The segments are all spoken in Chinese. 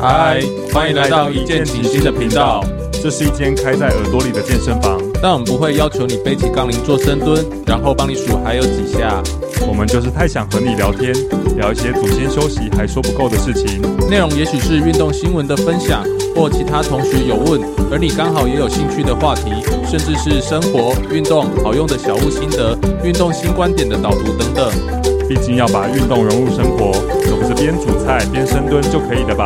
嗨，欢迎来到一见倾心的频道。这是一间开在耳朵里的健身房，但我们不会要求你背起杠铃做深蹲，然后帮你数还有几下。我们就是太想和你聊天，聊一些祖先休息还说不够的事情。内容也许是运动新闻的分享，或其他同学有问，而你刚好也有兴趣的话题，甚至是生活、运动好用的小物心得、运动新观点的导读等等。毕竟要把运动融入生活，总不是边煮菜边深蹲就可以的吧？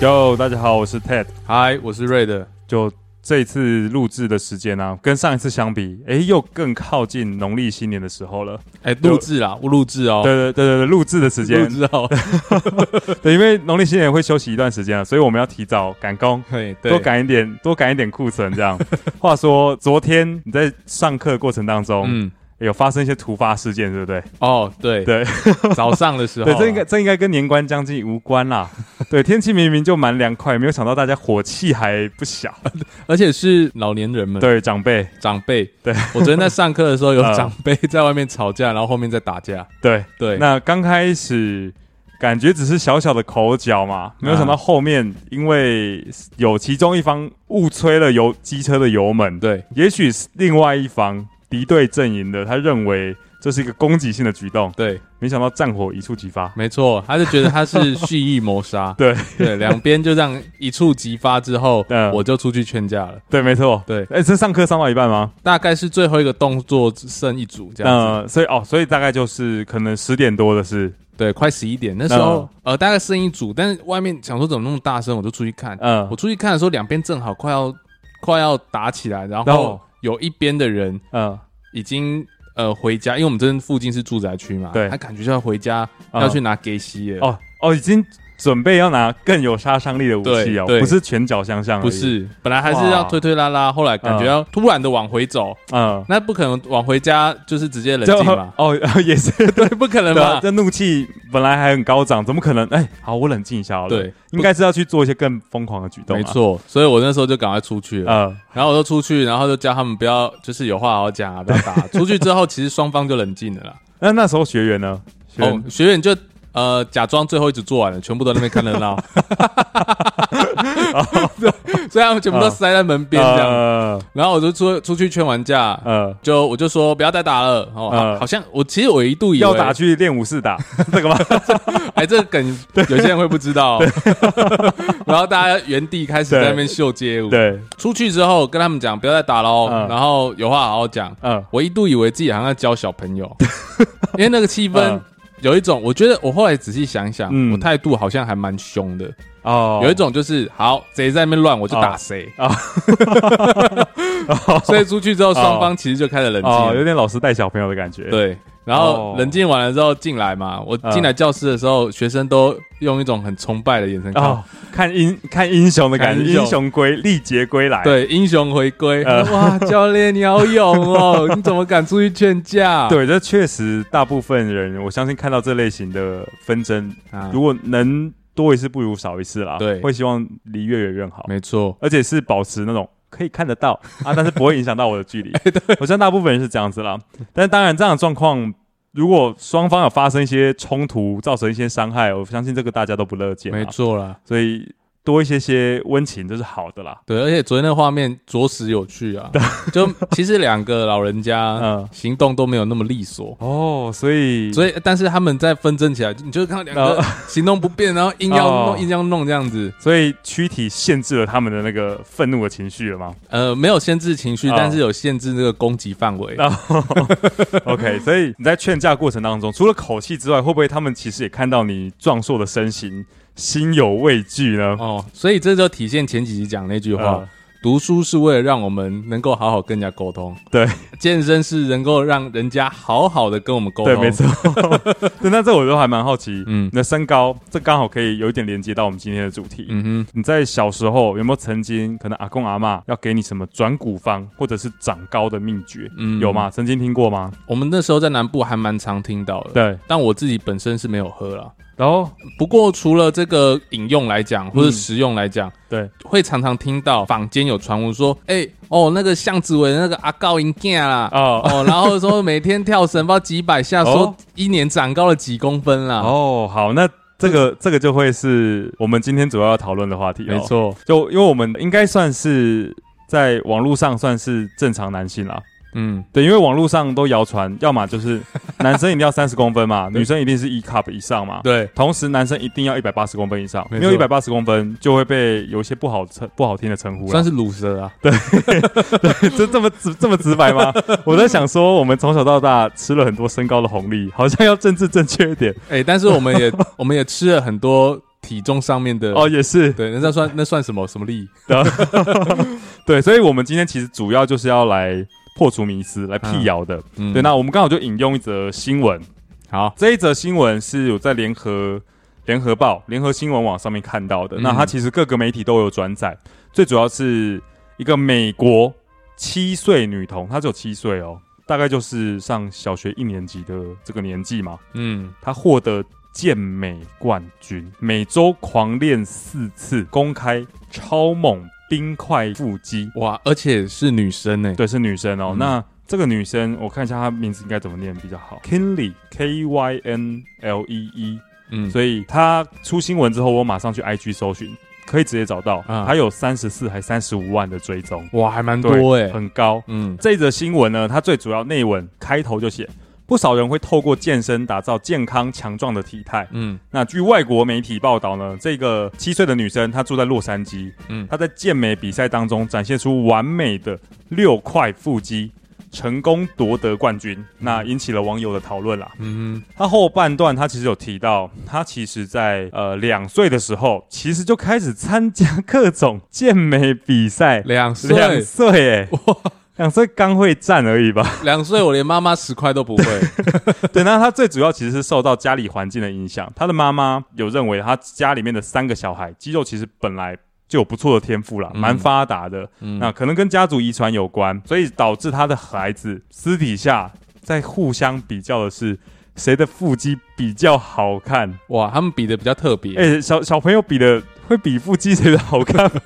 哟，大家好，我是 Ted。嗨，我是瑞的。就这一次录制的时间啊，跟上一次相比，诶，又更靠近农历新年的时候了。哎，录制啦，我录制哦。对对对对对，录制的时录间，制哦。对，因为农历新年会休息一段时间啊，所以我们要提早赶工，嘿， 对多，赶一点，多赶一点库存。这 样，话说昨天你在上课的过程当中，嗯，有发生一些突发事件，对不对？哦，对， 对早上的时候啊，对，这应该这应该跟年关将近无关 啦。对，天气明明就蛮凉快，没有想到大家火气还不小。嗯而且是老年人们，对，长辈，长辈。对，我昨天在上课的时候，有 嗯长辈在外面吵架，然后后面在打架。对，对，那刚开始感觉只是小小的口角啊嘛，没有想到后面因为有其中一方误吹了油机车的油门，对，也许是另外一方敌对阵营的他认为这是一个攻击性的举动，对，没想到战火一触即发。没错，他就觉得他是蓄意谋杀。 对对，两边就这样一触即发之后，嗯我就出去劝架了。对，没错。对哎、这上课上到一半吗？大概是最后一个动作只剩一组这样子。那所以哦，所以大概就是可能十点多的事，对，快十一点那时候，嗯呃，大概剩一组，但是外面想说怎么那么大声，我就出去看。嗯我出去看的时候，两边正好快要快要打起来，然然后后有一边的人嗯，已经呃回家，因为我们这边附近是住宅区嘛，对他感觉就要回家，嗯要去拿给息了。哦哦，已经准备要拿更有杀伤力的武器哦对对，不是拳脚相向，不，是，本来还是要推推拉拉，后来感觉啊要突然的往回走，嗯，那不可能往回家就是直接冷就静 嘛，哦也是对，不可能对啊嘛，这怒气本来还很高涨，怎么可能？哎，好，我冷静一下好了。对，应该是要去做一些更疯狂的举动、啊。没，错，所以我那时候就赶快出去了，呃，然后我就出去，然后就叫他们不要，就是有话好好讲啊，不要打。 出去之后，其实双方就冷静了啦。那那时候学员呢？学哦员，学员就呃假装最后一组做完了，全部都在那边看热 闹， 对 所以他们全啊部都塞在门边这样。呃然后我就出出去劝完架，呃，就我就说不要再打了。哦，好呃好像我其实我一度以为要打，去练武 士打这个吗？哎，这个 梗有些人会不知道。哦 然后大家原地开始在那边秀街舞。对，出去之后跟他们讲不要再打喽，嗯然后有话好好讲。嗯我一度以为自己好像在教小朋 友，因为那个气氛嗯有一种，我觉得我后来仔细想想，嗯我态度好像还蛮凶的，哦，有一种就是好谁在那边乱我就打谁啊， 所以出去之后双方其实就开始冷哦，有静，点老师带小朋友的感觉。，对。然后哦冷静完了之后进来嘛，我嗯进来教室的时候，学生都用一种很崇拜的眼神看我，哦，看英看英雄的感觉，看英雄英雄归历劫归来。，对，英雄回归，呃哇，教练你好勇哦， 你怎么敢出去劝架？对，这确实大部分人，我相信看到这类型的纷争，啊，如果能多一事不如少一事啦。对会希望离越远越好。没错，而且是保持那种可以看得 到啊，但是不会影响到我的距离。哎我相信大部分人是这样子啦。但当然，这样的状况，如果双方有发生一些冲突，造成一些伤害，我相信这个大家都不乐见。没，错啦。所以多一些些温情这是好的啦。对，而且昨天那画面着实有趣啊！就其实两个老人家 嗯行动都没有那么利索，哦，所以所以但是他们在纷争起来，你就看到两个哦行动不便，然后硬要哦弄、硬要弄这样子。所以躯体限制了他们的那个愤怒的情绪了 吗呃，没有限制情绪，哦但是有限制这个攻击范围。 ？OK，所以你在劝架过程当中，除了口气之外，会不会他们其实也看到你壮硕的身形，心有畏惧呢？呃哦，所以这就体现前几集讲那句嗯话：读书是为了让我们能够好好跟人家沟通，对，健身是能够让人家好好的跟我们沟通。对，没。错。 对，那这我都还蛮好奇，哦嗯你的身高，这刚好可以有一点连接到我们今天的主题。嗯你在小时候有没有曾经可能阿公阿嬷要给你什么转骨方或者是长高的秘诀？嗯有吗？曾经听过吗哼，？我们那时候在南部还蛮常听到的。对，但我自己本身是没有喝啦，然后不过除了这个引用来讲，或者嗯实用来讲，对，会常常听到坊间有传闻说，哎、哦，那个巷子尾那个阿高银囝啦，哦哦，然后说每天跳绳不知道几百下，说哦一年长高了几公分啦。哦，好，那这个这个就会是我们今天主要要讨论的话题、没，错，就因为我们应该算是在网络上算是正常男性啦。嗯，对，因为网络上都谣传，要么就是 男生一定要三十公分嘛，对女生一定是一 E cup 以上嘛。对，同时，男生一定要一百八十公分以上，没没错有一百八十公分就会被有一些不好称不好听的称呼了。算是乳蛇啊。 这这么直这么直白 吗？我在想说，我们从小到大吃了很多身高的红利，好像要政治正确一点哎、但是我们 也我们也吃了很多体重上面的，哦，也是对，那那算那算什么什么力？对，所以我们今天其实主要就是要来破除迷思，来辟谣的。嗯对，那我们刚好就引用一则新闻，好，这一则新闻是有在联合联合报、联合新闻网上面看到的。嗯那它其实各个媒体都有转载，最主要是一个美国七岁女童，她只有七岁哦，大概就是上小学一年级的这个年纪嘛，嗯，她获得。健美冠军，每周狂练四次，公开超猛冰块腹肌，哇，而且是女生呢、对，是女生哦。嗯那这个女生，我看一下她名字应该怎么念比较好，Kinley K Y N L E E。嗯，所以她出新闻之后，我马上去 IG 搜寻，可以直接找到，啊她有三十四还三十五万的追踪，哇，还蛮对多哎、很高。嗯这则新闻呢，它最主要内文开头就写。不少人会透过健身打造健康强壮的体态。嗯那据外国媒体报道呢，这个七岁的女生她住在洛杉矶，嗯，他在健美比赛当中展现出完美的六块腹肌，成功夺得冠军，那引起了网友的讨论啦。嗯他后半段他其实有提到，他其实在呃两岁的时候，其实就开始参加各种健美比赛哼，，两两岁，岁哎，两岁刚会站而已吧。两岁我连妈妈十块都不会。 对，那他最主要其实是受到家里环境的影响，他的妈妈有认为他家里面的三个小孩肌肉其实本来就有不错的天赋啦，嗯蛮发达的。嗯，那可能跟家族遗传有关，所以导致他的孩子私底下在互相比较的是谁的腹肌比较好看。哇，他们比的比较特别。哎、小小朋友比的会比腹肌谁的好看 吗？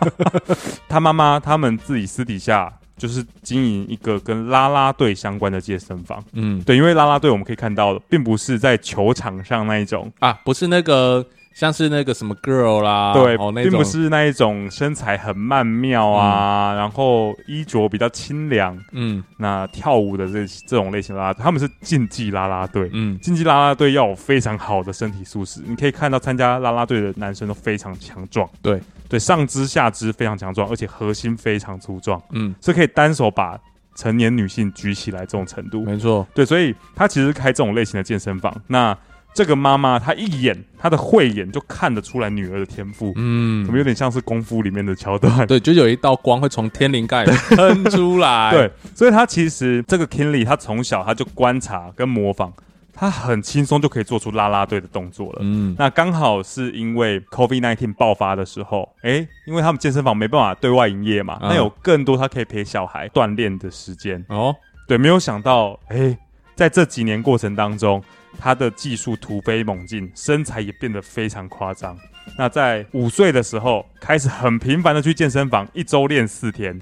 他妈妈他们自己私底下就是经营一个跟啦啦队相关的健身房。嗯对，因为啦啦队我们可以看到，并不是在球场上那一种，啊，不是那个像是那个什么 girl 啦，对，哦那并种不是那一种身材很曼妙啊，然后衣着比较清凉，嗯那跳舞的这这种类型的啦啦队，他们是竞技啦啦队。嗯竞技啦啦队要有非常好的身体素质，你可以看到参加啦啦队的男生都非常强壮，对对，上肢下肢非常强壮，而且核心非常粗壮，嗯，是可以单手把成年女性举起来这种程度。没错，对，所以他其实开这种类型的健身房，那这个妈妈她一眼她的慧眼就看得出来女儿的天赋，嗯怎么，有点像是功夫里面的桥段？对，就有一道光会从天灵盖 喷出来。对，，所以他其实这个 Kinley，他从小他就观察跟模仿，他很轻松就可以做出啦啦队的动作了。嗯那刚好是因为 COVID 1 9爆发的时候，诶、因为他们健身房没办法对外营业嘛，嗯那有更多他可以陪小孩锻炼的时间。哦，对，没有想到，诶、在这几年过程当中，他的技术突飞猛进，身材也变得非常夸张。那在五岁的时候，开始很频繁的去健身房，一周练四 天，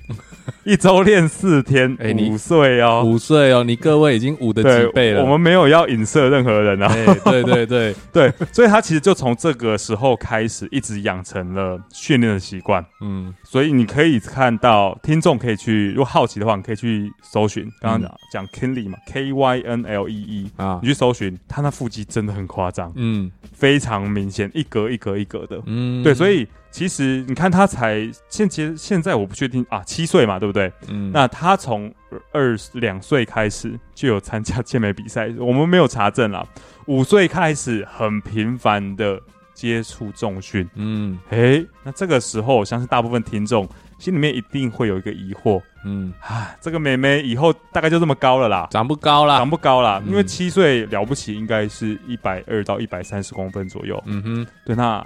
一周练四天，诶哎你五岁哦，五岁哦，你各位已经五的几倍了。我们没有要影射任何人啊，哎，对对 对，对，所以他其实就从这个时候开始，一直养成了训练的习惯。嗯所以你可以看到，听众可以去，如果好奇的话，你可以去搜寻，刚嗯刚讲讲 Kinley 嘛，K Y N L E E，啊你，去搜寻，他那腹肌真的很夸张，嗯非常明显，一格一格一格的。嗯，对，所以其实你看他才现其实现在我不确定啊，七岁嘛，对不对？嗯那他从二两岁开始就有参加健美比赛，我们没有查证啦。五岁开始很频繁的接触重训，嗯诶，那这个时候我相信大部分听众心里面一定会有一个疑惑嗯啊，这个妹妹以后大概就这么高了啦。长不高啦长。不高啦，嗯因为七岁了不起，应该是一百二到一百三十公分左右。嗯哼，对，那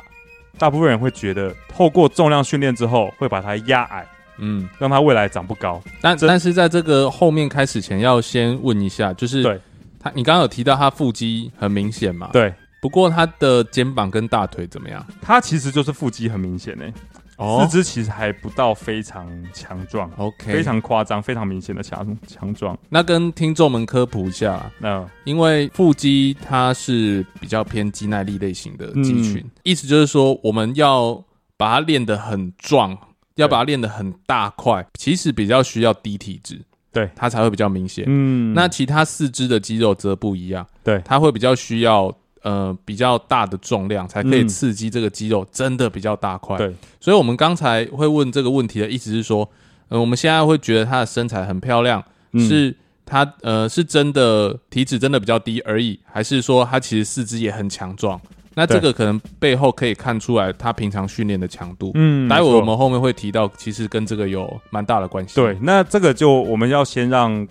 大部分人会觉得，透过重量训练之后，会把它压矮，嗯，让它未来长不高。但这但是在这个后面开始前，要先问一下，就是对他，你刚刚有提到他腹肌很明显嘛？对，不过他的肩膀跟大腿怎么样？他其实就是腹肌很明显诶、四肢其实还不到非常强壮，哦，OK，非常夸张，非常明显的强强壮。那跟听众们科普一下啦，那因为腹肌它是比较偏肌耐力类型的肌群，嗯意思就是说我们要把它练得很壮，要把它练得很大块，其实比较需要低体脂，对它才会比较明显。嗯，那其他四肢的肌肉则不一样，对它会比较需要呃比较大的重量才可以嗯刺激这个肌肉真的比较大块。对，所以我们刚才会问这个问题的意思是说，呃，我们现在会觉得她的身材很漂亮，嗯是她呃是真的体脂真的比较低而已，还是说她其实四肢也很强壮？那这个可能背后可以看出来她平常训练的强度。嗯，待会没错我们后面会提到，其实跟这个有蛮大的关系。对，那这个就我们要先让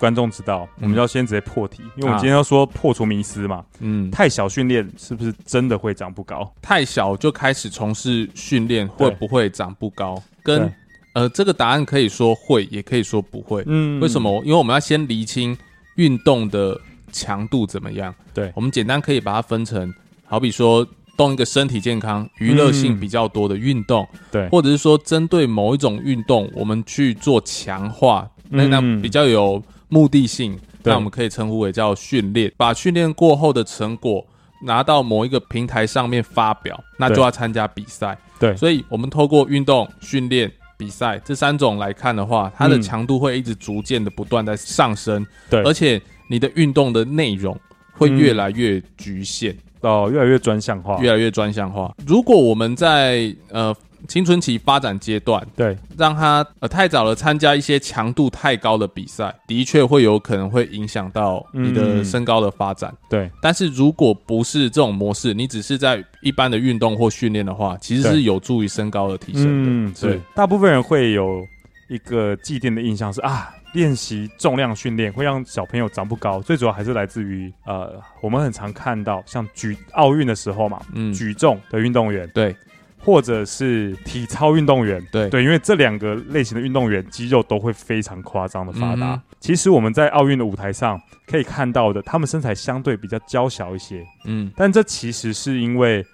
观众知道，我们要先直接破题，因为我啊们今天要说破除迷思嘛。嗯，太小训练是不是真的会长不高？太小就开始从事训练，会对不会长不高？跟对呃，这个答案可以说会，也可以说不会。嗯为什？么？因为我们要先厘清运动的强度怎么样。对我们简单可以把它分成，好比说动一个身体健康、娱乐性嗯比较多的运动，对，或者是说针对某一种运动，我们去做强化，那那嗯比较有目的性，对那我们可以称呼为叫训练。把训练过后的成果拿到某一个平台上面发表，那就对要参加比赛。对所以我们透过运动、训练、比赛这三种来看的话，它的嗯强度会一直逐渐的不断在上升，对而且你的运动的内容会越来越局限，哦，越来越专项化。越来越专项化。如果我们在呃青春期发展阶段，对，让他呃太早的参加一些强度太高的比赛，的确会有可能会影响到你的嗯身高的发展。对，但是如果不是这种模式，你只是在一般的运动或训练的话，其实对是有助于身高的提升的。嗯，对对，大部分人会有一个既定的印象是啊，练习重量训练会让小朋友长不高，最主要还是来自于呃，我们很常看到像举奥运的时候嘛，嗯，举重的运动员，对或者是体操运动员。对对，因为这两个类型的运动员肌肉都会非常夸张的发达。嗯哼其实我们在奥运的舞台上可以看到的，他们身材相对比较娇小一些，嗯，但这其实是因为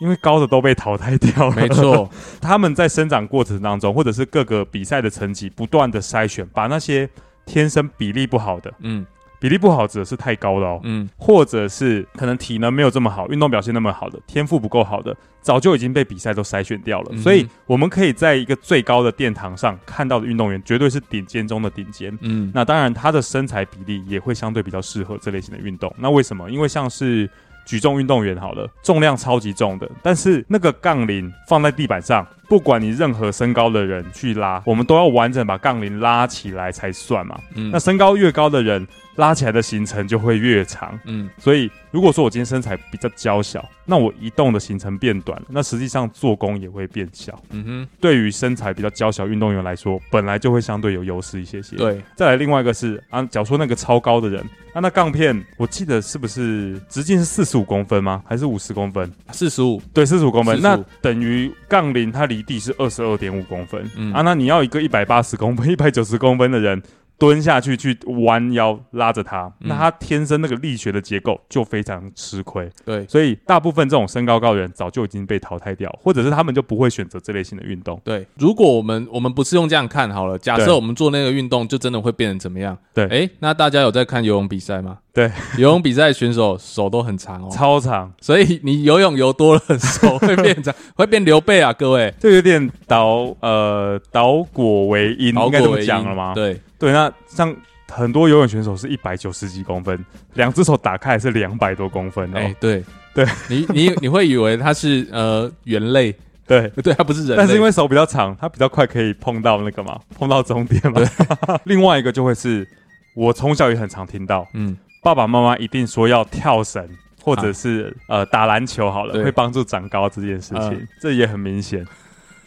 因为高的都被淘汰掉了。没，错， 他们在生长过程当中，或者是各个比赛的成绩不断的筛选，把那些天生比例不好的，嗯比例不好指的是太高了哦。嗯，或者是可能体能没有这么好，运动表现那么好的，天赋不够好的，早就已经被比赛都筛选掉了。嗯哼所以我们可以在一个最高的殿堂上看到的运动员，绝对是顶尖中的顶尖。嗯，那当然，他的身材比例也会相对比较适合这类型的运动。那为什么？因为像是举重运动员好了，重量超级重的，但是那个杠铃放在地板上，不管你任何身高的人去拉，我们都要完整把杠铃拉起来才算嘛。嗯那身高越高的人，拉起来的行程就会越长。嗯所以，如果说我今天身材比较娇小，那我移动的行程变短了，那实际上做工也会变小。嗯哼，对于身材比较娇小运动员来说，本来就会相对有优势一些些。，对，再来另外一个是啊，假如说那个超高的人，啊，那杠片我记得是不是直径是四十五公分吗？还是五十公分？四十五，对，四十五公分， 45那等于杠铃它离地是二十二点五公分、嗯啊，那你要一个一百八十公分、一 百九十公分的人蹲下去去弯腰拉着它，嗯那他天生那个力学的结构就非常吃亏，对，所以大部分这种身高高的人早就已经被淘汰掉，或者是他们就不会选择这类型的运动。对，如果我们我们不是用这样看好了，假设对我们做那个运动，就真的会变成怎么样？对哎，那大家有在看游泳比赛吗？对，游泳比赛选手手都很长哦，超长所以你游泳游多了，手会变 长，会变刘备啊，各位，就有点倒呃倒果为因，好应该这么讲了吗？对，对，那像很多游泳选手是一百九十几公分，两只手打开还是两百多公分哦。哎，对，对，你你你会以为他是呃猿类， 对，对，他不是人类，但是因为手比较长，他比较快可以碰到那个嘛，碰到终点嘛。 另外一个就会是我从小也很常听到，嗯，爸爸妈妈一定说要跳绳。或者是、呃打篮球好啊对了，会帮助长高这件事情，嗯这也很明显。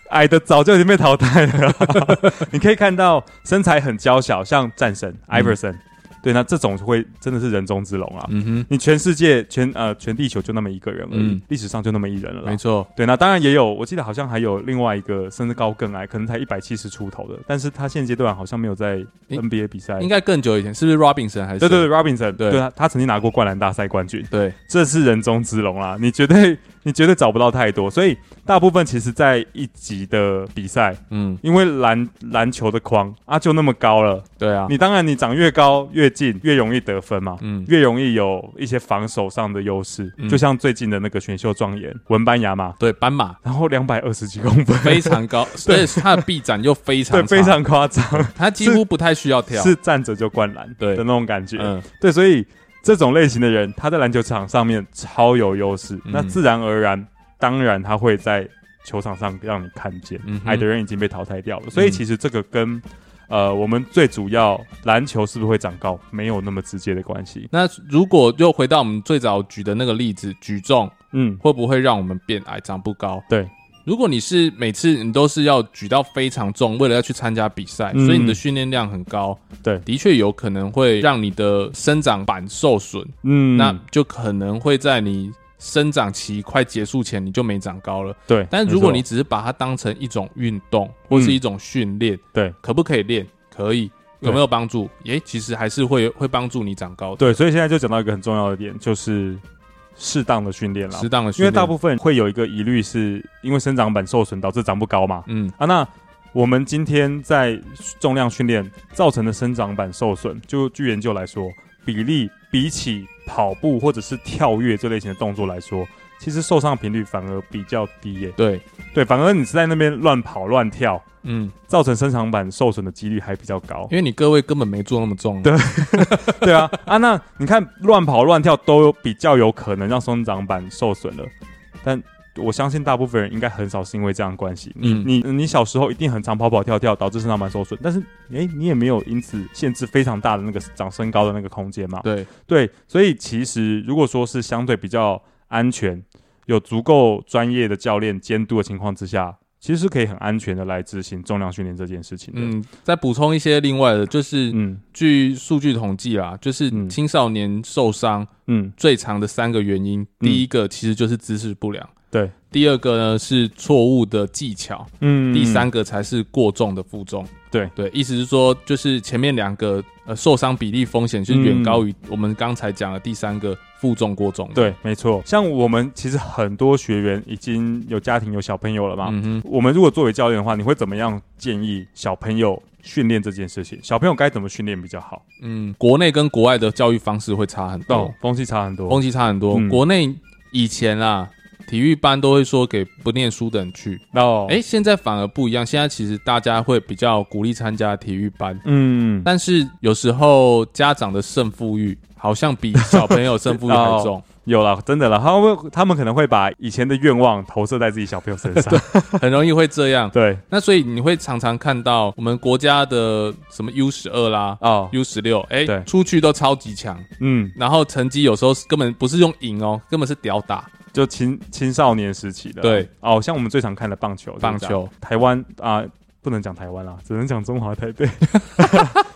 矮的早就已经 被淘汰了，你可以看到身材很娇小，像战神 Iverson，、对，那这种会真的是人中之龙啊！嗯你全世界全呃全地球就那么一个人而已，嗯历史上就那么一人了哼，啦没错，对，那当然也有，我记得好像还有另外一个甚至高更癌，可能才一百七十出头的，但是他现阶段好像没有在应 NBA 比赛。应该更久以前，是不是 Robinson 还是对对对谁，Robinson，对对他他曾经拿过灌篮大赛冠军，对，这是人中之龙啦，你绝对你绝对找不到太多，所以大部分其实在一级的比赛，嗯，因为篮篮球的框啊就那么高了，对啊，你当然你长越高越近越容易得分嘛，嗯越容易有一些防守上的优势，嗯就像最近的那个选秀状元文班亚马，对，斑马然后两百二十几公分， 非常高，所以它的臂展又非常长对，非，常夸张，它几乎不太需要跳，是站着就灌篮，对的那种感觉，嗯对，所以这种类型的人，他在篮球场上面超有优势，嗯那自然而然，当然他会在球场上让你看见，嗯哼矮的人已经被淘汰掉了，所以其实这个跟呃，我们最主要篮球是不是会长高没有那么直接的关系。那如果又回到我们最早举的那个例子，举重嗯，会不会让我们变矮、长不高？对，如果你是每次你都是要举到非常重，为了要去参加比赛，嗯所以你的训练量很高，对的确有可能会让你的生长板受损，嗯，那就可能会在你生长期快结束前你就没长高了。对，但如果没你错嗯只是把它当成一种运动或是一种训练，对可不可以练？可以，对有没有帮助？诶、其实还是会会帮助你长高的，对，所以现在就讲到一个很重要的点，就是适当的训练啦。适当的因训为练，大部分会有一个疑虑，是因为生长板受损导致长不高嘛。嗯啊，那我们今天在重量训练造成的生长板受损，就据研究来说，比例比起跑步或者是跳跃这类型的动作来说，其实受伤频率反而比较低耶、对，对，反而你是在那边乱跑乱跳，嗯，造成生长板受损的几率还比较高因。为你各位根本没做那么重，啊对 对啊，啊，那你看乱跑乱跳都有比较有可能让生长板受损了，但我相信大部分人应该很少是因为这样的关系。你、嗯你你小时候一定很常跑跑跳跳，导致生长板受损，但是诶、你也没有因此限制非常大的那个长身高的那个空间嘛。对，对，所以其实如果说是相对比较安全，有足够专业的教练监督的情况之下，其实是可以很安全的来执行重量训练这件事情的。嗯，再补充一些另外的，就是嗯据数据统计啦，就是嗯青少年受伤嗯，最常的三个原因，第一个其实就是姿势不良，对。第二个呢是错误的技巧，嗯第三个才是过重的负重。对对，意思是说，就是前面两个呃受伤比例风险是远高于我们刚才讲的第三个负重过重的。，嗯对，没错。像我们其实很多学员已经有家庭、有小朋友了嘛。嗯哼，我们如果作为教练的话，你会怎么样建议小朋友训练这件事情？小朋友该怎么训练比较好？嗯，国内跟国外的教育方式会差很多。哦，风气差很多。风气差很多。嗯国内以前啊，体育班都会说给不念书的人去，哦，诶，现在反而不一样。现在其实大家会比较鼓励参加体育班，嗯，但是有时候家长的胜负欲好像比小朋友胜负欲哦还重，有了，真的了。他们会他们可能会把以前的愿望投射在自己小朋友身 上。很容易会这样。对，那所以你会常常看到我们国家的什么 U 十二啦、哦， U 十六，哎对，出去都超级强，嗯，然后成绩有时候根本不是用赢哦，根本是屌打。就青青少年时期的。对，哦，像我们最常看的棒球，棒就是这样球，台湾啊、不能讲台湾啦，只能讲中 华台北。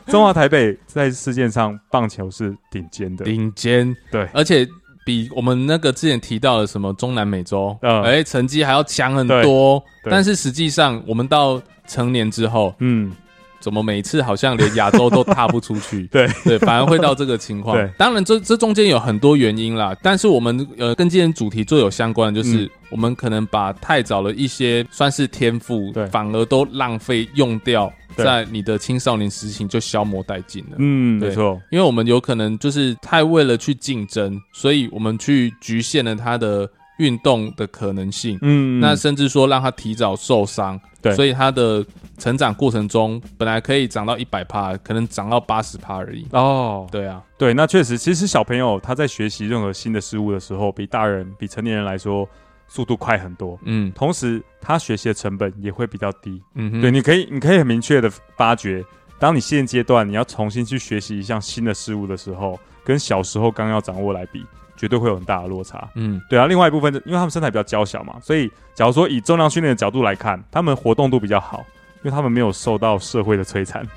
中华台北在世界上棒球是顶尖的，顶尖，对而且比我们那个之前提到的什么中南美洲，哎、嗯成绩还要强很多对。对但是实际上，我们到成年之后，嗯，怎么每次好像连亚洲都踏不出去？ 对对，反而会到这个情况对。当然这，这中间有很多原因啦。但是我们呃跟今天主题最有相关的就是。嗯我们可能把太早的一些算是天赋对，反而都浪费用掉，对在你的青少年时期就消磨殆尽了。嗯，对没错，因为我们有可能就是太为了去竞争，所以我们去局限了他的运动的可能性，嗯，那甚至说让他提早受伤。对所以他的成长过程中本来可以长到一百趴，可能长到八十趴而已。哦，对啊，对，那确实，其实小朋友他在学习任何新的事物的时候，比大人、比成年人来说速度快很多，嗯同时他学习的成本也会比较低。嗯哼，对，你可以，你可以很明确的发觉，当你现阶段你要重新去学习一项新的事物的时候，跟小时候刚要掌握来比，绝对会有很大的落差。嗯对啊，另外一部分，因为他们身材比较娇小嘛，所以假如说以重量训练的角度来看，他们活动度比较好，因为他们没有受到社会的摧残，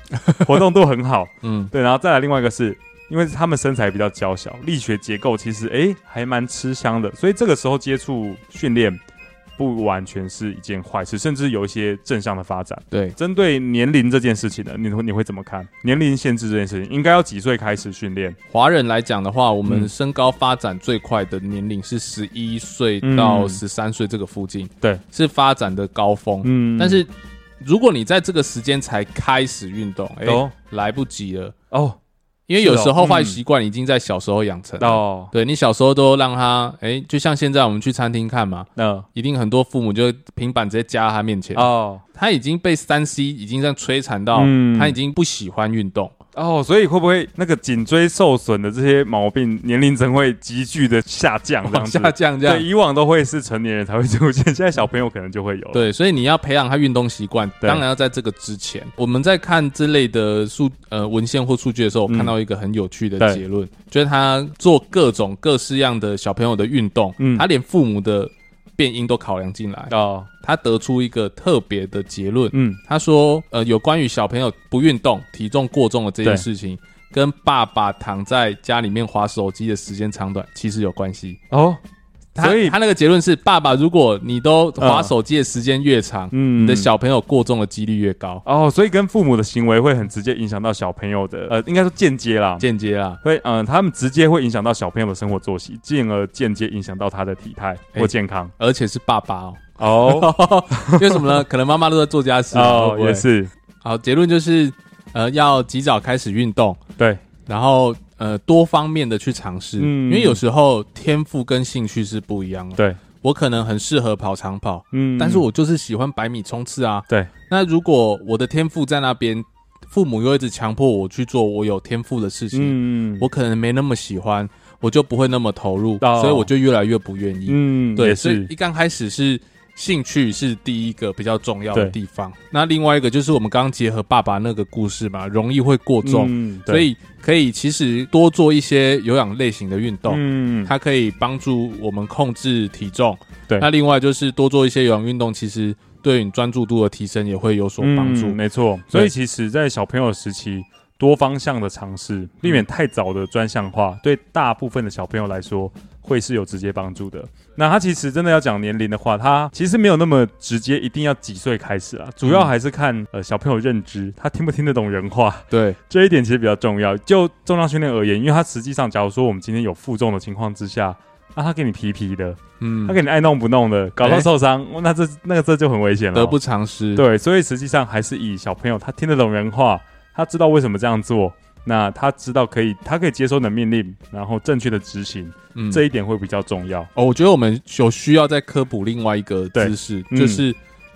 活动度很好。嗯对，然后再来另外一个是因为他们身材比较娇小，力学结构其实诶还蛮吃香的，所以这个时候接触训练不完全是一件坏事，甚至有一些正向的发展。对，针对年龄这件事情呢，你会你会怎么看？年龄限制这件事情，应该要几岁开始训练？华人来讲的话，我们嗯身高发展最快的年龄是十一岁到嗯十三岁这个附近，对，是发展的高峰。嗯但是如果你在这个时间才开始运动，哎、哦来不及了，哦因为有时候是哦坏嗯习惯已经在小时候养成了。哦，对你小时候都让他，哎、就像现在我们去餐厅看嘛，那一定很多父母就会平板直接夹在他面前，哦他已经被三 C 已经这样摧残到，嗯他已经不喜欢运动。哦，所以会不会那个颈椎受损的这些毛病，年龄层会急剧的下降？这样往子哦下降这样对，。以往都会是成年人才会出现，现在小朋友可能就会有了。对，所以你要培养他运动习惯，对当然要在这个之前。我们在看这类的数呃文献或数据的时候，我嗯看到一个很有趣的对结论，就是他做各种各式样的小朋友的运动，嗯他连父母的变音都考量进来，哦，他得出一个特别的结论。嗯，他说，呃，有关于小朋友不运动、体重过重的这件对事情，跟爸爸躺在家里面划手机的时间长短其实有关系。哦，他所以他那个结论是，爸爸，如果你都划嗯手机的时间越长，嗯你的小朋友过重的几率越高，哦，所以跟父母的行为会很直接影响到小朋友的，呃，应该说间接啦，间接啊。会，嗯、他们直接会影响到小朋友的生活作息，进而间接影响到他的体态哎或健康。而且是爸爸 哦， 哦因为什么呢？可能妈妈都在做家事啊，哦会，不会也。是，好，结论就是，呃，要及早开始运动，对，然后呃多方面的去尝试，嗯因为有时候天赋跟兴趣是不一样的。对，我可能很适合跑长跑，嗯但是我就是喜欢百米冲刺啊。对，那如果我的天赋在那边，父母又一直强迫我去做我有天赋的事情，嗯我可能没那么喜欢，我就不会那么投入，哦所以我就越来越不愿意。嗯对，也所以是一刚开始是兴趣是第一个比较重要的对地方。那另外一个就是我们刚刚结合爸爸那个故事嘛，容易会过重，嗯对所以可以其实多做一些有氧类型的运动。嗯它可以帮助我们控制体重。对那另外就是多做一些有氧运动，其实对你专注度的提升也会有所帮助。嗯没错，所以其实，在小朋友时期，多方向的尝试，避免太早的专项化，对大部分的小朋友来说会是有直接帮助的。那他其实真的要讲年龄的话，他其实没有那么直接，一定要几岁开始啊，主要还是看呃小朋友认知，他听不听得懂人话。 对，这一点其实比较重要。就重量训练而言，因为它实际上，假如说我们今天有负重的情况之下，那、他给你皮皮的，嗯他，给你爱弄不弄的，搞到受伤，哦那这那个这就很危险了。得不偿失。，对，所以实际上还是以小朋友他听得懂人话，他知道为什么这样做，那他知道可以，他可以接收你的命令，然后正确的执行，嗯，这一点会比较重要。哦，我觉得我们有需要再科普另外一个知识，嗯就是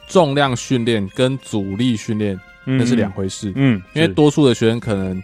重量训练跟阻力训练嗯那是两，回事，嗯，因为是多数的学生可能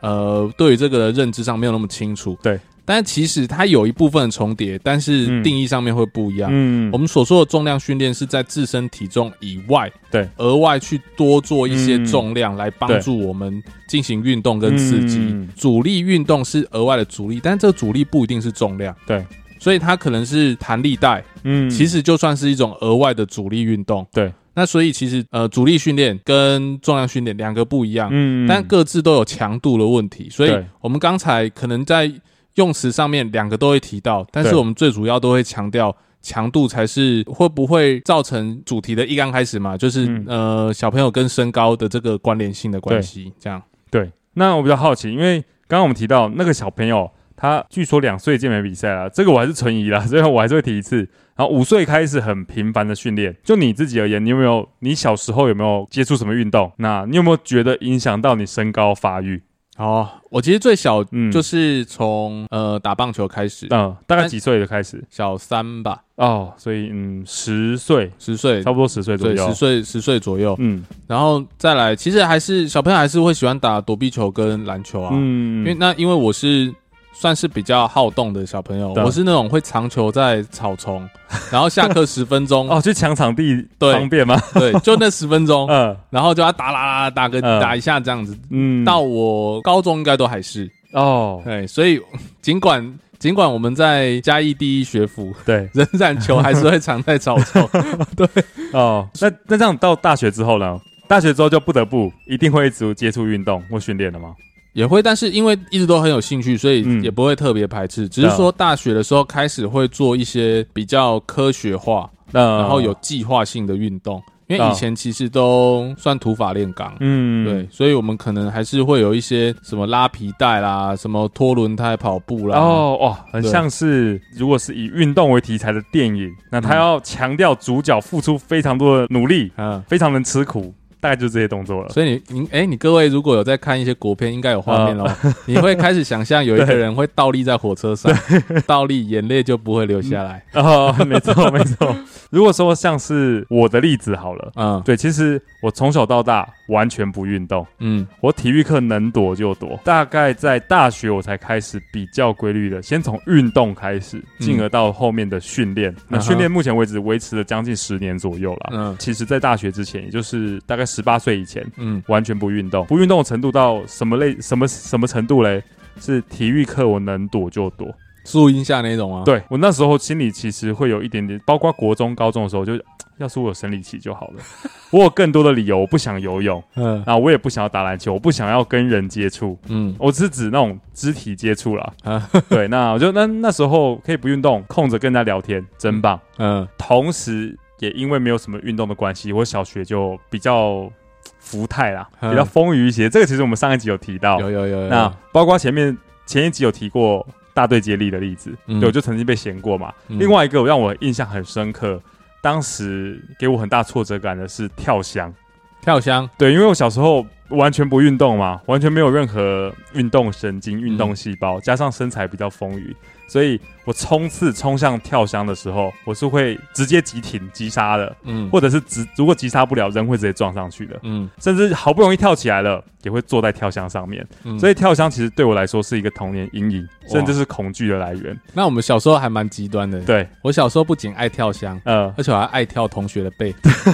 呃对于这个的认知上没有那么清楚。对，但其实它有一部分重叠，但是嗯定义上面会不一样。嗯我们所说的重量训练是在自身体重以外，对，额外去多做一些重量来帮助我们进行运动跟刺激。嗯阻力运动是额外的阻力，但这个阻力不一定是重量，对，所以它可能是弹力带，嗯其实就算是一种额外的阻力运动。对，那所以其实呃，阻力训练跟重量训练两个不一样，嗯但各自都有强度的问题，所以对我们刚才可能在用词上面两个都会提到，但是对我们最主要都会强调强度才是会不会造成主题的一刚开始嘛，就是、嗯呃小朋友跟身高的这个关联性的关系，这样对。那我比较好奇，因为刚刚我们提到那个小朋友，他据说两岁健美比赛啦，这个我还是存疑啦，所以我还是会提一次。然后五岁开始很频繁的训练，就你自己而言，你有没有？你小时候有没有接触什么运动？那你有没有觉得影响到你身高发育？哦，我其实最小嗯就是从、呃打棒球开始，嗯、大概几岁就开始？小三吧，哦，所以嗯，十岁，十岁差。不多十岁左对，右。十岁十岁左右，嗯然后再来，其实还是小朋友还是会喜欢打躲避球跟篮球啊。嗯，因为那因为我是算是比较好动的小朋友，对啊我是那种会藏球在草 丛，然后下课十分钟，哦，去抢场地对 方便吗？对，就那十分钟，嗯然后就要打啦啦啦打个嗯打一下这样子。嗯，到我高中应该都还是哦，对，所以尽管尽管我们在嘉义第一学府，对仍然球还是会藏在草 丛。哦，那那这样到大学之后呢？大学之后就不得不一定会一直接触运动或训练了吗？也会，但是因为一直都很有兴趣，所以嗯啊也不会特别排斥。只是说大学的时候开始会做一些比较科学化，那然后有计划性的运动，因为嗯以前其实都算土法炼钢。嗯对，，所以我们可能还是会有一些什么拉皮带啦，什么拖轮胎跑步啦，然后哦哇，很对像是如果是以运动为题材的电影，那他嗯要强调主角付出非常多的努力，嗯，非常能吃苦，大概就这些动作了。所以你你哎、你各位如果有在看一些国片，应该有画面哦， 你会开始想象有一个人会倒立在火车上，倒立眼泪就不会流下来，哦， 没 错没错。如果说像是我的例子好了，嗯对，其实我从小到大完全不运动，嗯我体育课能躲就躲。大概在大学我才开始比较规律的，先从运动开始，进而到后面的训练。那嗯哼训练目前为止维持了将近十年左右了。嗯其实，在大学之前，也就是大概十八岁以前，嗯完全不运动，不运动的程度到什么类什么什么程度嘞？是体育课我能躲就躲，树荫下那种啊，，对我那时候心里其实会有一点点，包括国中、高中的时候就，要是我有生理期就好 了。我有更多的理由，我不想游泳，嗯啊，我也不想要打篮球，我不想要跟人接触，嗯我是指那种肢体接触啦。啊 对，那我就那那时候可以不运动，空着跟人家聊天，真棒。嗯同时也因为没有什么运动的关系，我小学就比较福态啦，嗯比较丰腴一些。这个其实我们上一集有提到，有有有有，那包括前面前一集有提过大队接力的例子，嗯对，我就曾经被嫌过嘛。嗯另外一个让我印象很深刻，当时给我很大挫折感的是跳箱，跳箱，对，因为我小时候完全不运动嘛，完全没有任何运动神嗯经、运动细胞，加上身材比较丰腴，所以我冲刺冲向跳箱的时候，我是会直接急停急刹的，嗯或者是直如果急刹不了，人会直接撞上去的，嗯甚至好不容易跳起来了，也会坐在跳箱上面。嗯，所以以跳箱其实对我来说是一个童年阴影，哇甚至是恐惧的来源。那我们小时候还蛮极端的，对，我小时候不仅爱跳箱。呃，而且我还爱跳同学的背，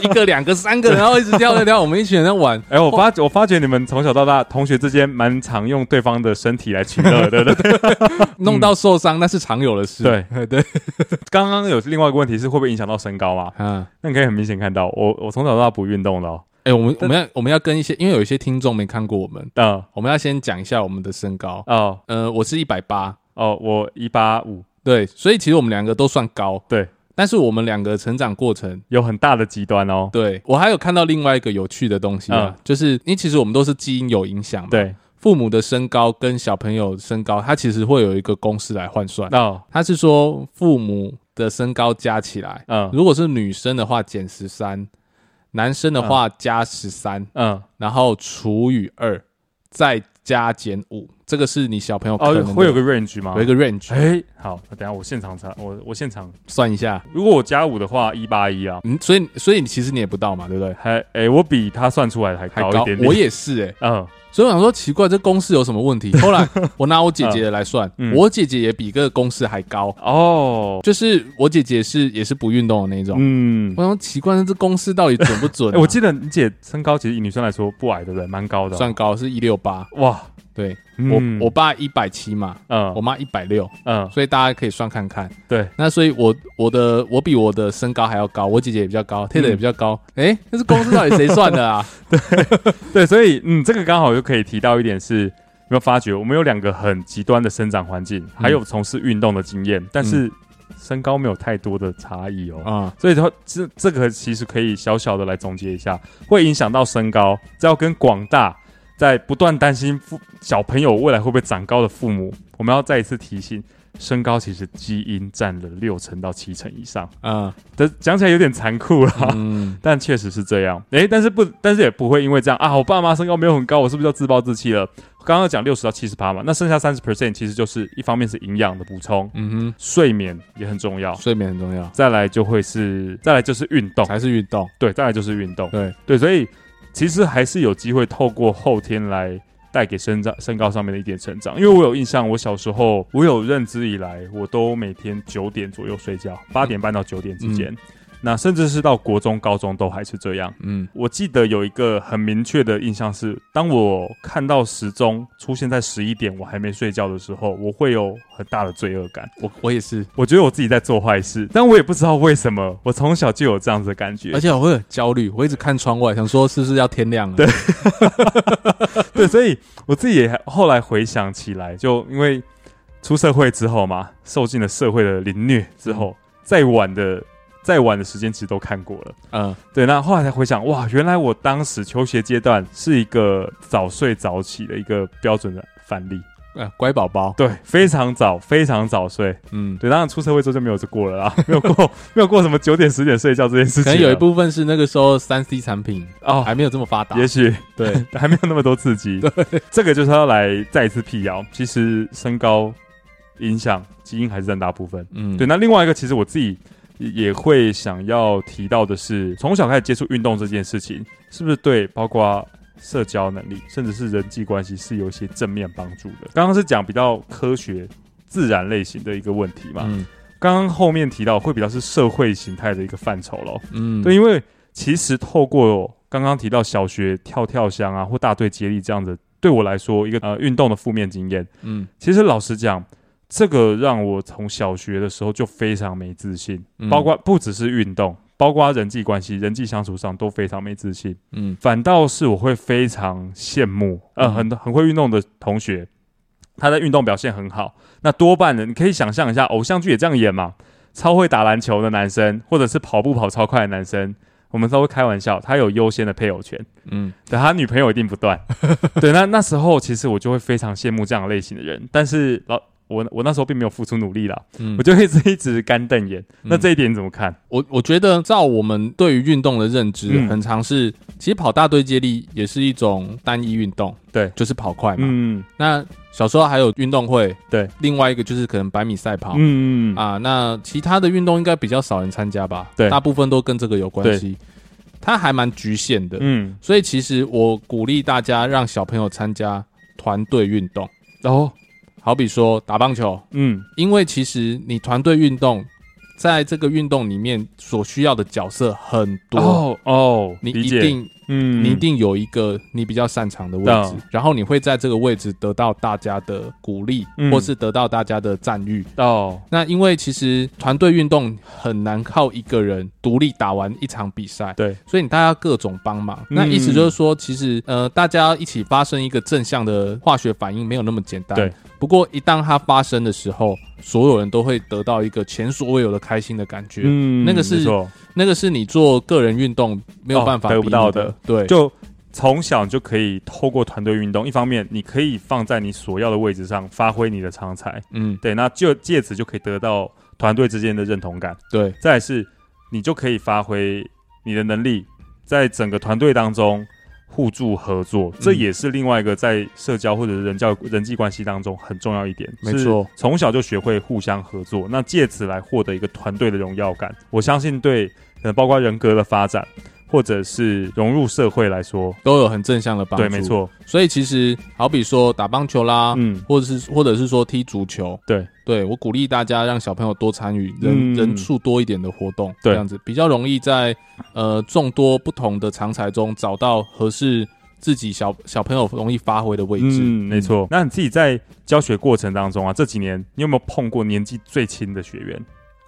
一个、两个、三个，然后一直跳跳跳，我们一群人在玩，哎、我发我发觉你们从小到大同学之间蛮常用对方的身体来取乐，对不对？弄到受伤那是常有的事。 嗯对哎对， 刚刚有另外一个问题是会不会影响到身高嘛？啊，那你可以很明显看到，我我从小到大不运动的、哦，哎，我们我们要我们要跟一些，因为有一些听众没看过我们，嗯我们要先讲一下我们的身高。哦呃，我是一百八，哦，我一八五，对，所以其实我们两个都算高，对。但是我们两个成长过程，有很大的极端哦。对我还有看到另外一个有趣的东西嗯啊，就是因为其实我们都是基因有影响嘛，对，父母的身高跟小朋友身高，它其实会有一个公式来换算。哦他是说父母的身高加起来，嗯如果是女生的话减十三，男生的话加十三、嗯然后除以二，再加减五，这个是你小朋友可哦，能的啊会有个 range 吗？有一个 range，、哎、好，那等一下我现场查，我我现场，算一下。如果我加五的话，一八一啊，嗯，所以所以你其实你也不到嘛，对不对？还哎、我比他算出来的还还高高一点点。我也是哎、嗯所以我想说奇怪，这公式有什么问题？后来我拿我姐姐的来算， 嗯我姐姐也比这个公式还高，哦，就是我姐姐是也是不运动的那种。嗯我，想说奇怪，这公式到底准不准、哎、啊我记得你姐身高其实以女生来说不矮，对不对？蛮高的哦、算高是一六八，哇，对、嗯我我爸一百七嘛，我嗯妈一百六，嗯所以大家可以算看看。对，那所以我我的我比我的身高还要高，我姐姐也比较高，Taylor 也比较高。嗯诶，那是公司到底谁算 的啊？对，所以嗯，这个刚好就可以提到一点是，有没有发觉我们有两个很极端的生长环境，还有从事运动的经验，但嗯是身高没有太多的差异哦。啊、所以说，这这个其实可以小小的来总结一下，会影响到身高，这要跟广大在不断担心父小朋友未来会不会长高的父母，我们要再一次提醒，身高其实基因占了六成到七成以上。嗯这讲起来有点残酷啦，嗯，但确实是这样。诶，但是不，但是也不会因为这样啊，我爸妈身高没有很高，我是不是就自暴自弃了？刚刚讲六十到七十趴嘛，那剩下三十 percent 其实就是一方面是营养的补充，嗯睡眠也很重要哼，，睡眠很重要，再来就会是，再来就是运动，才是运动。对，再来就是运动，对，对，所以其实还是有机会透过后天来。带给身长身高上面的一点成长，因为我有印象，我小时候我有认知以来，我都每天九点左右睡觉，八点半到九点之间。嗯那甚至是到国中、高中都还是这样。嗯我记得有一个很明确的印象是，当我看到时钟出现在十一点，我还没睡觉的时候，我会有很大的罪恶感。我我也是，我觉得我自己在做坏事，但我也不知道为什么，我从小就有这样子的感觉而。且我会很焦虑，我一直看窗外，想说是不是要天亮了？对，对，所以我自己也后来回想起来，就因为出社会之后嘛，受尽了社会的凌虐之嗯后，再晚的再晚的时间其实都看过了。嗯，对，那后来才回想，哇，原来我当时求学阶段是一个早睡早起的一个标准的范例。呃，乖宝宝，对，非常早，非常早睡。嗯，对，当然出社会之后就没有这过了啦，没有过， 没有过什么九点十点睡觉这件事可情了。能有一部分是那个时候三 C 产品哦，还没有这么发达，也许 对， 还没有那么多 刺激。对，这个就是要来再一次辟谣，其实身高影响基因还是占大部分。嗯，对，，那另外一个其实我自己也也会想要提到的是，从小开始接触运动这件事情，是不是对包括社交能力，甚至是人际关系是有一些正面帮助的？刚刚是讲比较科学、自然类型的一个问题嘛，嗯刚刚后面提到会比较是社会形态的一个范畴咯。嗯，对，因为其实透过刚刚提到小学跳跳箱啊，或大队接力这样子，对我来说一个呃运动的负面经验，嗯其实老实讲，这个让我从小学的时候就非常没自信，嗯包括不只是运动，包括人际关系、人际相处上都非常没自信。嗯反倒是我会非常羡慕，呃，嗯很很会运动的同学，他在运动表现很好。那多半的，你可以想象一下，偶像剧也这样演嘛，超会打篮球的男生，或者是跑步跑超快的男生，我们都会开玩笑，他有优先的配偶权。嗯对他女朋友一定 不断。对，那那时候其实我就会非常羡慕这样类型的人，但是老我我那时候并没有付出努力啦，嗯我，就一直一直干瞪眼。那嗯这一点你怎么看？我我觉得照我们对于运动的认知，嗯很常是其实跑大队接力也是一种单一运动，对就是跑快嘛。嗯那小时候还有运动会，对，另外一个就是可能百米赛跑。嗯嗯啊，那其他的运动应该比较少人参加吧？对大部分都跟这个有关系，它还蛮局限的。嗯，所以其实我鼓励大家让小朋友参加团队运动，然后好比说打棒球，嗯因为其实你团队运动，在这个运动里面所需要的角色很多，哦哦，你理一解定嗯你一定有一个你比较擅长的位置懂，然后你会在这个位置得到大家的鼓励，嗯或是得到大家的赞誉。哦那因为其实团队运动很难靠一个人独立打完一场比赛，对，所以你大家各种帮忙。嗯那意思就是说，其实呃，大家一起发生一个正向的化学反应没有那么简单。对。不过一旦它发生的时候，所有人都会得到一个前所未有的开心的感觉。嗯那个是没错那个是你做个人运动没有办法、哦得不到的。对，就。从小你就可以透过团队运动，一方面你可以放在你所要的位置上，发挥你的长才，嗯，对，那就借此就可以得到团队之间的认同感。对，再来是你就可以发挥你的能力，在整个团队当中互助合作，嗯这也是另外一个在社交或者是人交人际关系当中很重要一点。没错，从小就学会互相合作，那借此来获得一个团队的荣耀感。我相信对，呃，包括人格的发展，或者是融入社会来说，都有很正向的帮助。啊对，没。错，所以其实好比说打棒球啦，嗯，或者是或者是说踢足球，对，对我鼓励大家让小朋友多参与人、嗯人数多一点的活动，对这样子比较容易在呃众多不同的长才中找到合适自己小小朋友容易发挥的位置。嗯，没错。那你自己在教学过程当中啊，这几年你有没有碰过年纪最轻的学员？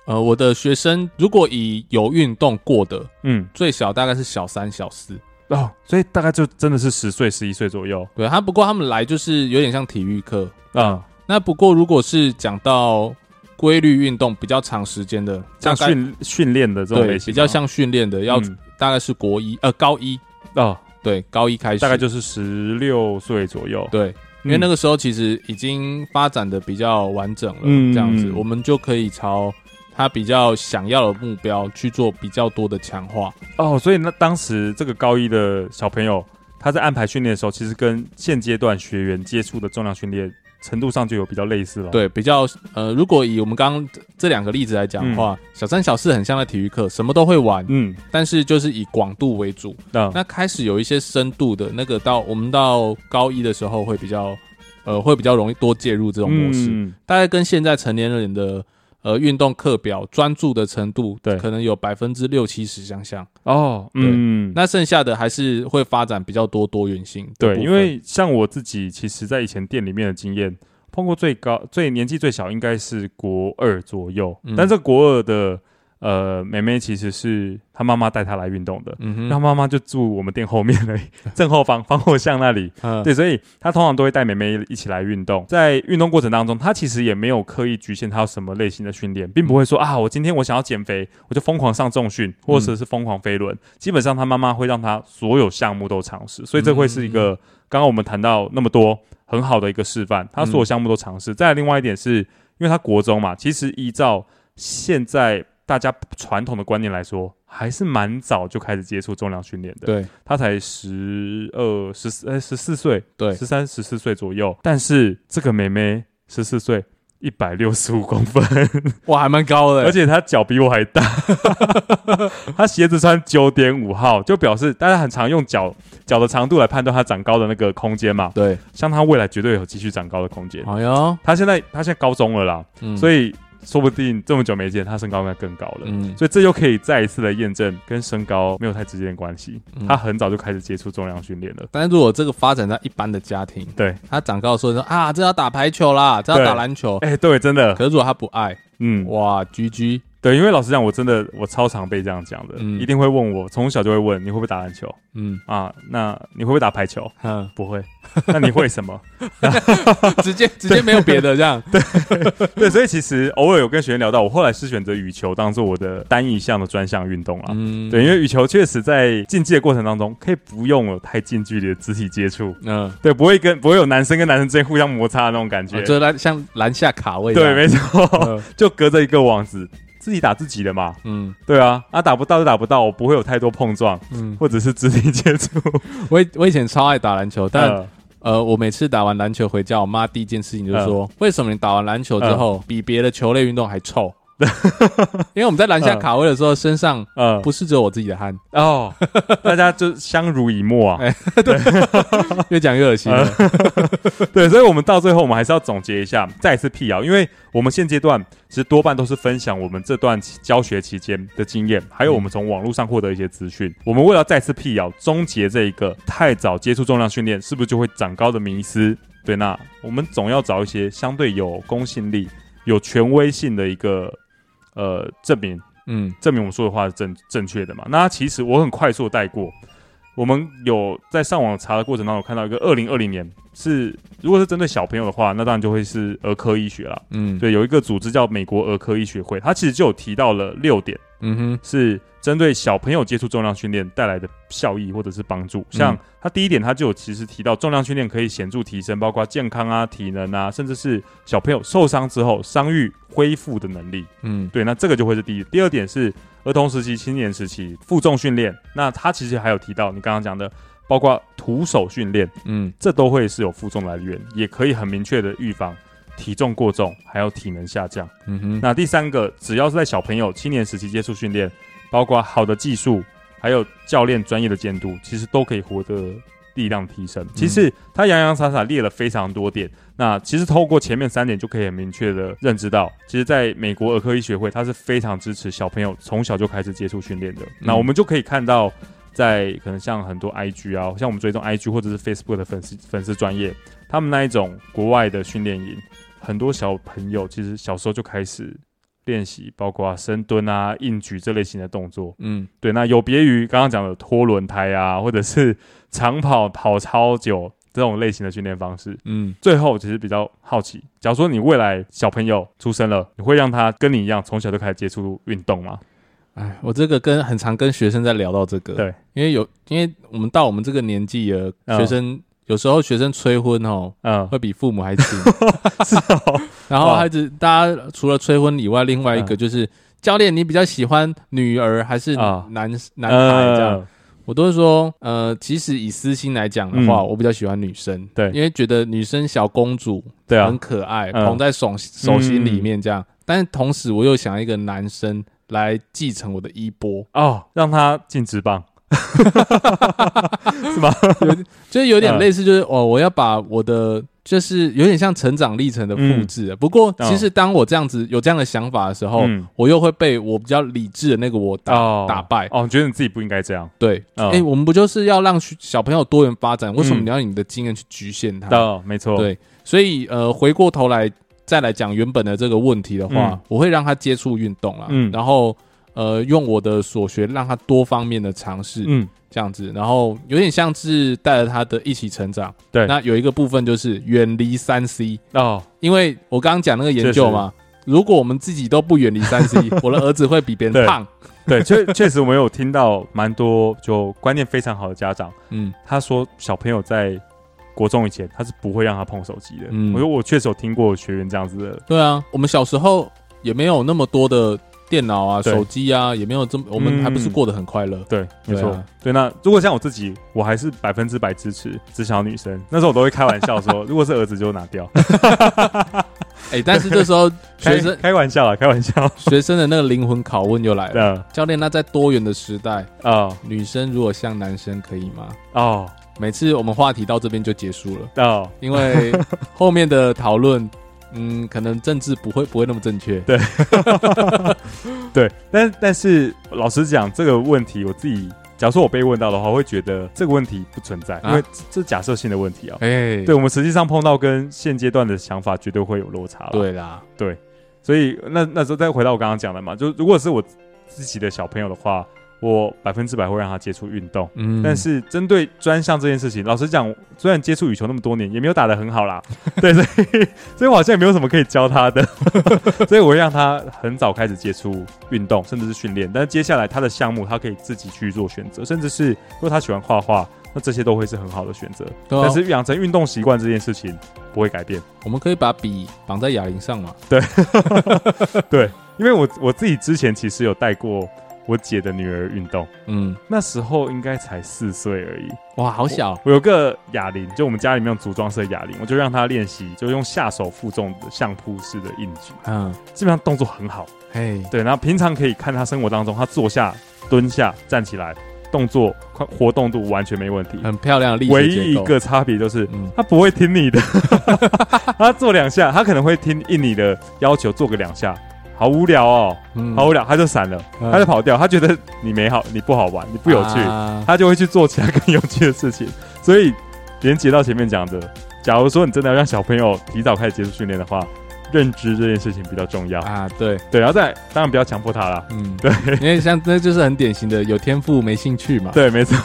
呃，我的学生如果以有运动过的，嗯，最小大概是小三、小四。哦，所以大概就真的是十岁、十一岁左右对他，不过他们来就是有点像体育课。啊，那不过如果是讲到规律运动比较长时间的，像大概训训练的这种对类型比吗，较像训练的，要嗯大概是国一呃高一哦，对，高一开始，大概就是嗯十六岁左右。对，因为那个个时候其实已经发展的比较完整了，嗯这样子嗯我们就可以朝他比较想要的目标去做比较多的强化。哦，所以那当时这个高一的小朋友，他在安排训练的时候，其实跟现阶段学员接触的重量训练程度上就有比较类似了。，对，比较呃，如果以我们刚刚这这两个例子来讲的话，小三小四很像在体育课，什么都会玩，嗯，啊但是就是以广度为主。那那开始有一些深度的那个到我们到高一的时候会比较呃，会比较容易多介入这种模式。嗯大概跟现在成年人的呃运动课表专注的程度，对可能有百分之六七十相像。哦，对嗯，那剩下的还是会发展比较多多元性的部分。对，因为像我自己，其实在以前店里面的经验，碰过最高、最年纪最小应该是国二左右，嗯但这国二的呃妹妹其实是她妈妈带她来运动的，嗯她哼，妈妈就住我们店后面而已，正后方防火巷那里，嗯对，所以她通常都会带妹妹一起来运动。在运动过程当中，她其实也没有刻意局限她有什么类型的训练，并不会说啊，我今天我想要减肥，我就疯狂上重训，或者是疯狂飞轮。基本上，她妈妈会让她所有项目都尝试，所以这会是一个刚刚我们谈到那么多很好的一个示范，她所有项目都尝试。再来另外一点是，因为她国中嘛，其实依照现在大家传统的观念来说，还是蛮早就开始接触重量训练的。对他才十二、十四、呃十四岁，对十三、十四岁左右。但是这个妹妹十四岁，一百六十五公分，哇，还蛮高的欸， 而且她脚比我还大， 她鞋子穿九点五号，就表示大家很常用脚脚的长度来判断她长高的那个空间嘛。对，像她未来绝对有继续长高的空间。哎呦，她现在她现在高中了啦，嗯所以以说不定这么久没见，她身高应该更高了。嗯，所以这又可以再一次的验证跟身高没有太直接的关系。嗯她很早就开始接触重量训练了。但是如果这个发展在一般的家庭，对，他长高的时候说啊，这要打排球啦，这要对打篮球。哎、对，真的，可是如果他不爱，嗯，哇，G G，对，因为老实讲，我真的我超常被这样讲的，嗯一定会问我，从小就会问你会不会打篮球嗯啊？那你会不会打排球？哼，不会， 那你会什么？ 直接直接没有别的这样， 对，所以其实偶尔有跟学员聊到，我后来是选择羽球当做我的单一项的专项运动啦。嗯，对，因为羽球确实在竞技的过程当中，可以不用有太近距离的肢体接触，嗯，对，不会跟不会有男生跟男生之间互相摩擦的那种感觉。哦就篮像篮下卡位这对，样，没错，嗯 就隔着一个网子，自己打自己的嘛。嗯对啊，啊打不到就打不到，我不会有太多碰撞。嗯，或者是肢体接触。我以我以前超爱打篮球，但呃呃，我每次打完篮球回家，我妈第一件事情就是嗯说，为什么你打完篮球之后比别的球类运动还 臭？因为我们在篮嗯下卡位的时候，身上呃不是只有我自己的汗， 哦， 大家就相濡以沫啊。哎越讲越恶心了。对，所以我们到最后，我们还是要总结一下，再一次辟谣，因为我们现阶段其实多半都是分享我们这段期教学期间的经验，还有我们从网络上获得一些资讯。嗯我们为了再次辟谣，终结这一个太早接触重量训练是不是就会长高的迷思？对，那我们总要找一些相对有公信力、有权威性的一个呃证明，嗯证明我们说的话是正正确的嘛。那其实我很快速地带过，我们有在上网查的过程当中，有看到一个二零二零年是，如果是针对小朋友的话，那当然就会是儿科医学啦。嗯，，对，有一个组织叫美国儿科医学会，它其实就有提到了六点，嗯哼，是针对小朋友接触重量训练带来的效益或者是帮助。像嗯它第一点，它就有其实提到重量训练可以显著提升，包括健康啊、体能啊，甚至是小朋友受伤之后伤愈恢复的能力。嗯对，那这个就会是第一。第二点是儿童时期、青年时期负重训练，那它其实还有提到你刚刚讲的，包括徒手训练，嗯这都会是有负重来源，也可以很明确的预防体重过重，还有体能下降。嗯哼，那第三个，只要是在小朋友、青年时期接触训练，包括好的技术，还有教练专业的监督，其实都可以获得力量提升。其实他洋洋洒洒列了非常多点，那其实透过前面三点就可以很明确的认知到，其实在美国儿科医学会，它是非常支持小朋友从小就开始接触训练的。那我们就可以看到。在可能像很多 IG 啊，像我们追踪 IG 或者是 Facebook 的粉丝粉丝专业，他们那一种国外的训练营，很多小朋友其实小时候就开始练习，包括深蹲啊、硬举这类型的动作。嗯对，那有别于刚刚讲的拖轮胎啊，或者是长跑跑超久这种类型的训练方式。嗯最后，其实比较好奇，假如说你未来小朋友出生了，你会让他跟你一样从小就开始接触运动吗？哎，我这个跟很常跟学生在聊到这个，对，因为有因为我们到我们这个年纪了，嗯学生有时候学生催婚哦，嗯，会比父母还勤， 是哦， 然后哇嗯孩子大家除了催婚以外，另外一个就是教练，你比较喜欢女儿还是啊男男孩这样？嗯，我都是说，呃，其实以私心来讲的话，嗯我比较喜欢女生，对因为觉得女生小公主对啊很，可爱，嗯捧在手手心里面这样。但是同时，我又想要一个男生来继承我的衣钵，哦，让他进职棒，是吗？就是有点嗯类似，就是哦，我要把我的就是有点像成长历程的复制。啊不过，其实当我这样子有这样的想法的时候，嗯我又会被我比较理智的那个我哦打、哦打败。哦，你觉得你自己不应该这样？对，哎、嗯我们不就是要让小朋友多元发展？为什么你要你的经验去局限他？哦，没错，对，所以呃，回过头来再来讲原本的这个问题的话，嗯我会让他接触运动啦，嗯然后呃，用我的所学让他多方面的尝试，嗯，这样子，然后有点像是带着他的一起成长。对那有一个部分就是远离三 C，哦，因为我刚刚讲那个研究嘛，如果我们自己都不远离三 C，我 的儿子会比别人对胖。对，确 确实我有听到蛮多就观念非常好的家长，嗯，他说小朋友在国中以前他是不会让他碰手机的。嗯我说我确实有听过学员这样子的，对啊，我们小时候也没有那么多的电脑啊、对手机啊，也没有这么，我们还不是嗯过得很快乐。对，没错，对啊对。那如果像我自己，我还是百分之百支持只想要女生。那时候我都会开玩笑 说，如果是儿子就拿掉，哎、但是这时 候开学生哎开玩笑啊，开玩笑。学生的那个灵魂拷问又来了。嗯教练，那在多元的时代，哦女生如果像男生可以吗？哦每次我们话题到这边就结束了，哦， 因为后面的讨论，嗯，可能政治不会不会那么正确。对。但但是老实讲，这个问题我自己，假如说我被问到的话，我会觉得这个问题不存在，啊因为这这假设性的问题啊。哎、对我们实际上碰到跟现阶段的想法绝对会有落差了。对啦，所以那那时候再回到我刚刚讲的嘛，就如果是我自己的小朋友的话，我百分之百会让他接触运动。嗯，但是针对专项这件事情，老实讲，虽然接触羽球那么多年，也没有打得很好啦。 对，所以所以我好像也没有什么可以教他的， 所以我会让他很早开始接触运动，甚至是训练。但是接下来他的项目，他可以自己去做选择，甚至是如果他喜欢画画，那这些都会是很好的选择。对啊但是养成运动习惯这件事情不会改变。我们可以把笔绑在哑铃上嘛？因为我我自己之前其实有带过我姐的女儿运动，嗯，那时候应该才四岁而已。哇，好小，我有个哑铃，就我们家里面有组装式的哑铃，我就让她练习，就用下手负重的相扑式的硬举，嗯，基本上动作很好。嘿，对，然后平常可以看她生活当中，她坐下、蹲下、站起来，动作快活动度完全没问题。很漂亮的力唯学一结一构。个差别就是。嗯，她不会听你的，她做两下，她可能会听应你的要求做个两下，好无聊哦。嗯好无聊，他就闪了，嗯他就跑掉，他觉得你没好，你不好玩，你不有趣，啊他就会去做其他更有趣的事情。所以连接到前面讲的，假如说你真的要让小朋友提早开始接触训练的话，认知这件事情比较重要。啊，对，对，然后再当然不要强迫他啦。嗯， 对，因为像那就是很典型的有天赋没兴趣嘛。，对，没错。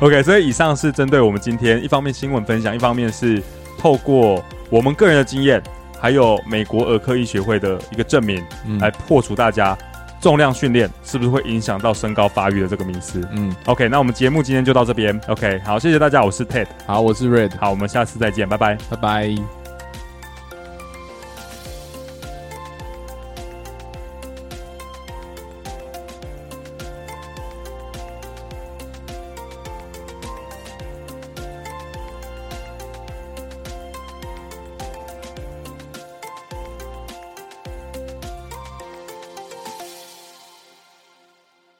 OK，所以以上是针对我们今天一方面新闻分享，一方面是透过我们个人的经验，还有美国儿科医学会的一个证明，嗯来破除大家重量训练是不是会影响到身高发育的这个迷思。嗯， OK，那我们节目今天就到这边。OK，好，谢谢大家，我是 Ted，好，我是 Red，好，我们下次再见，拜拜。拜拜。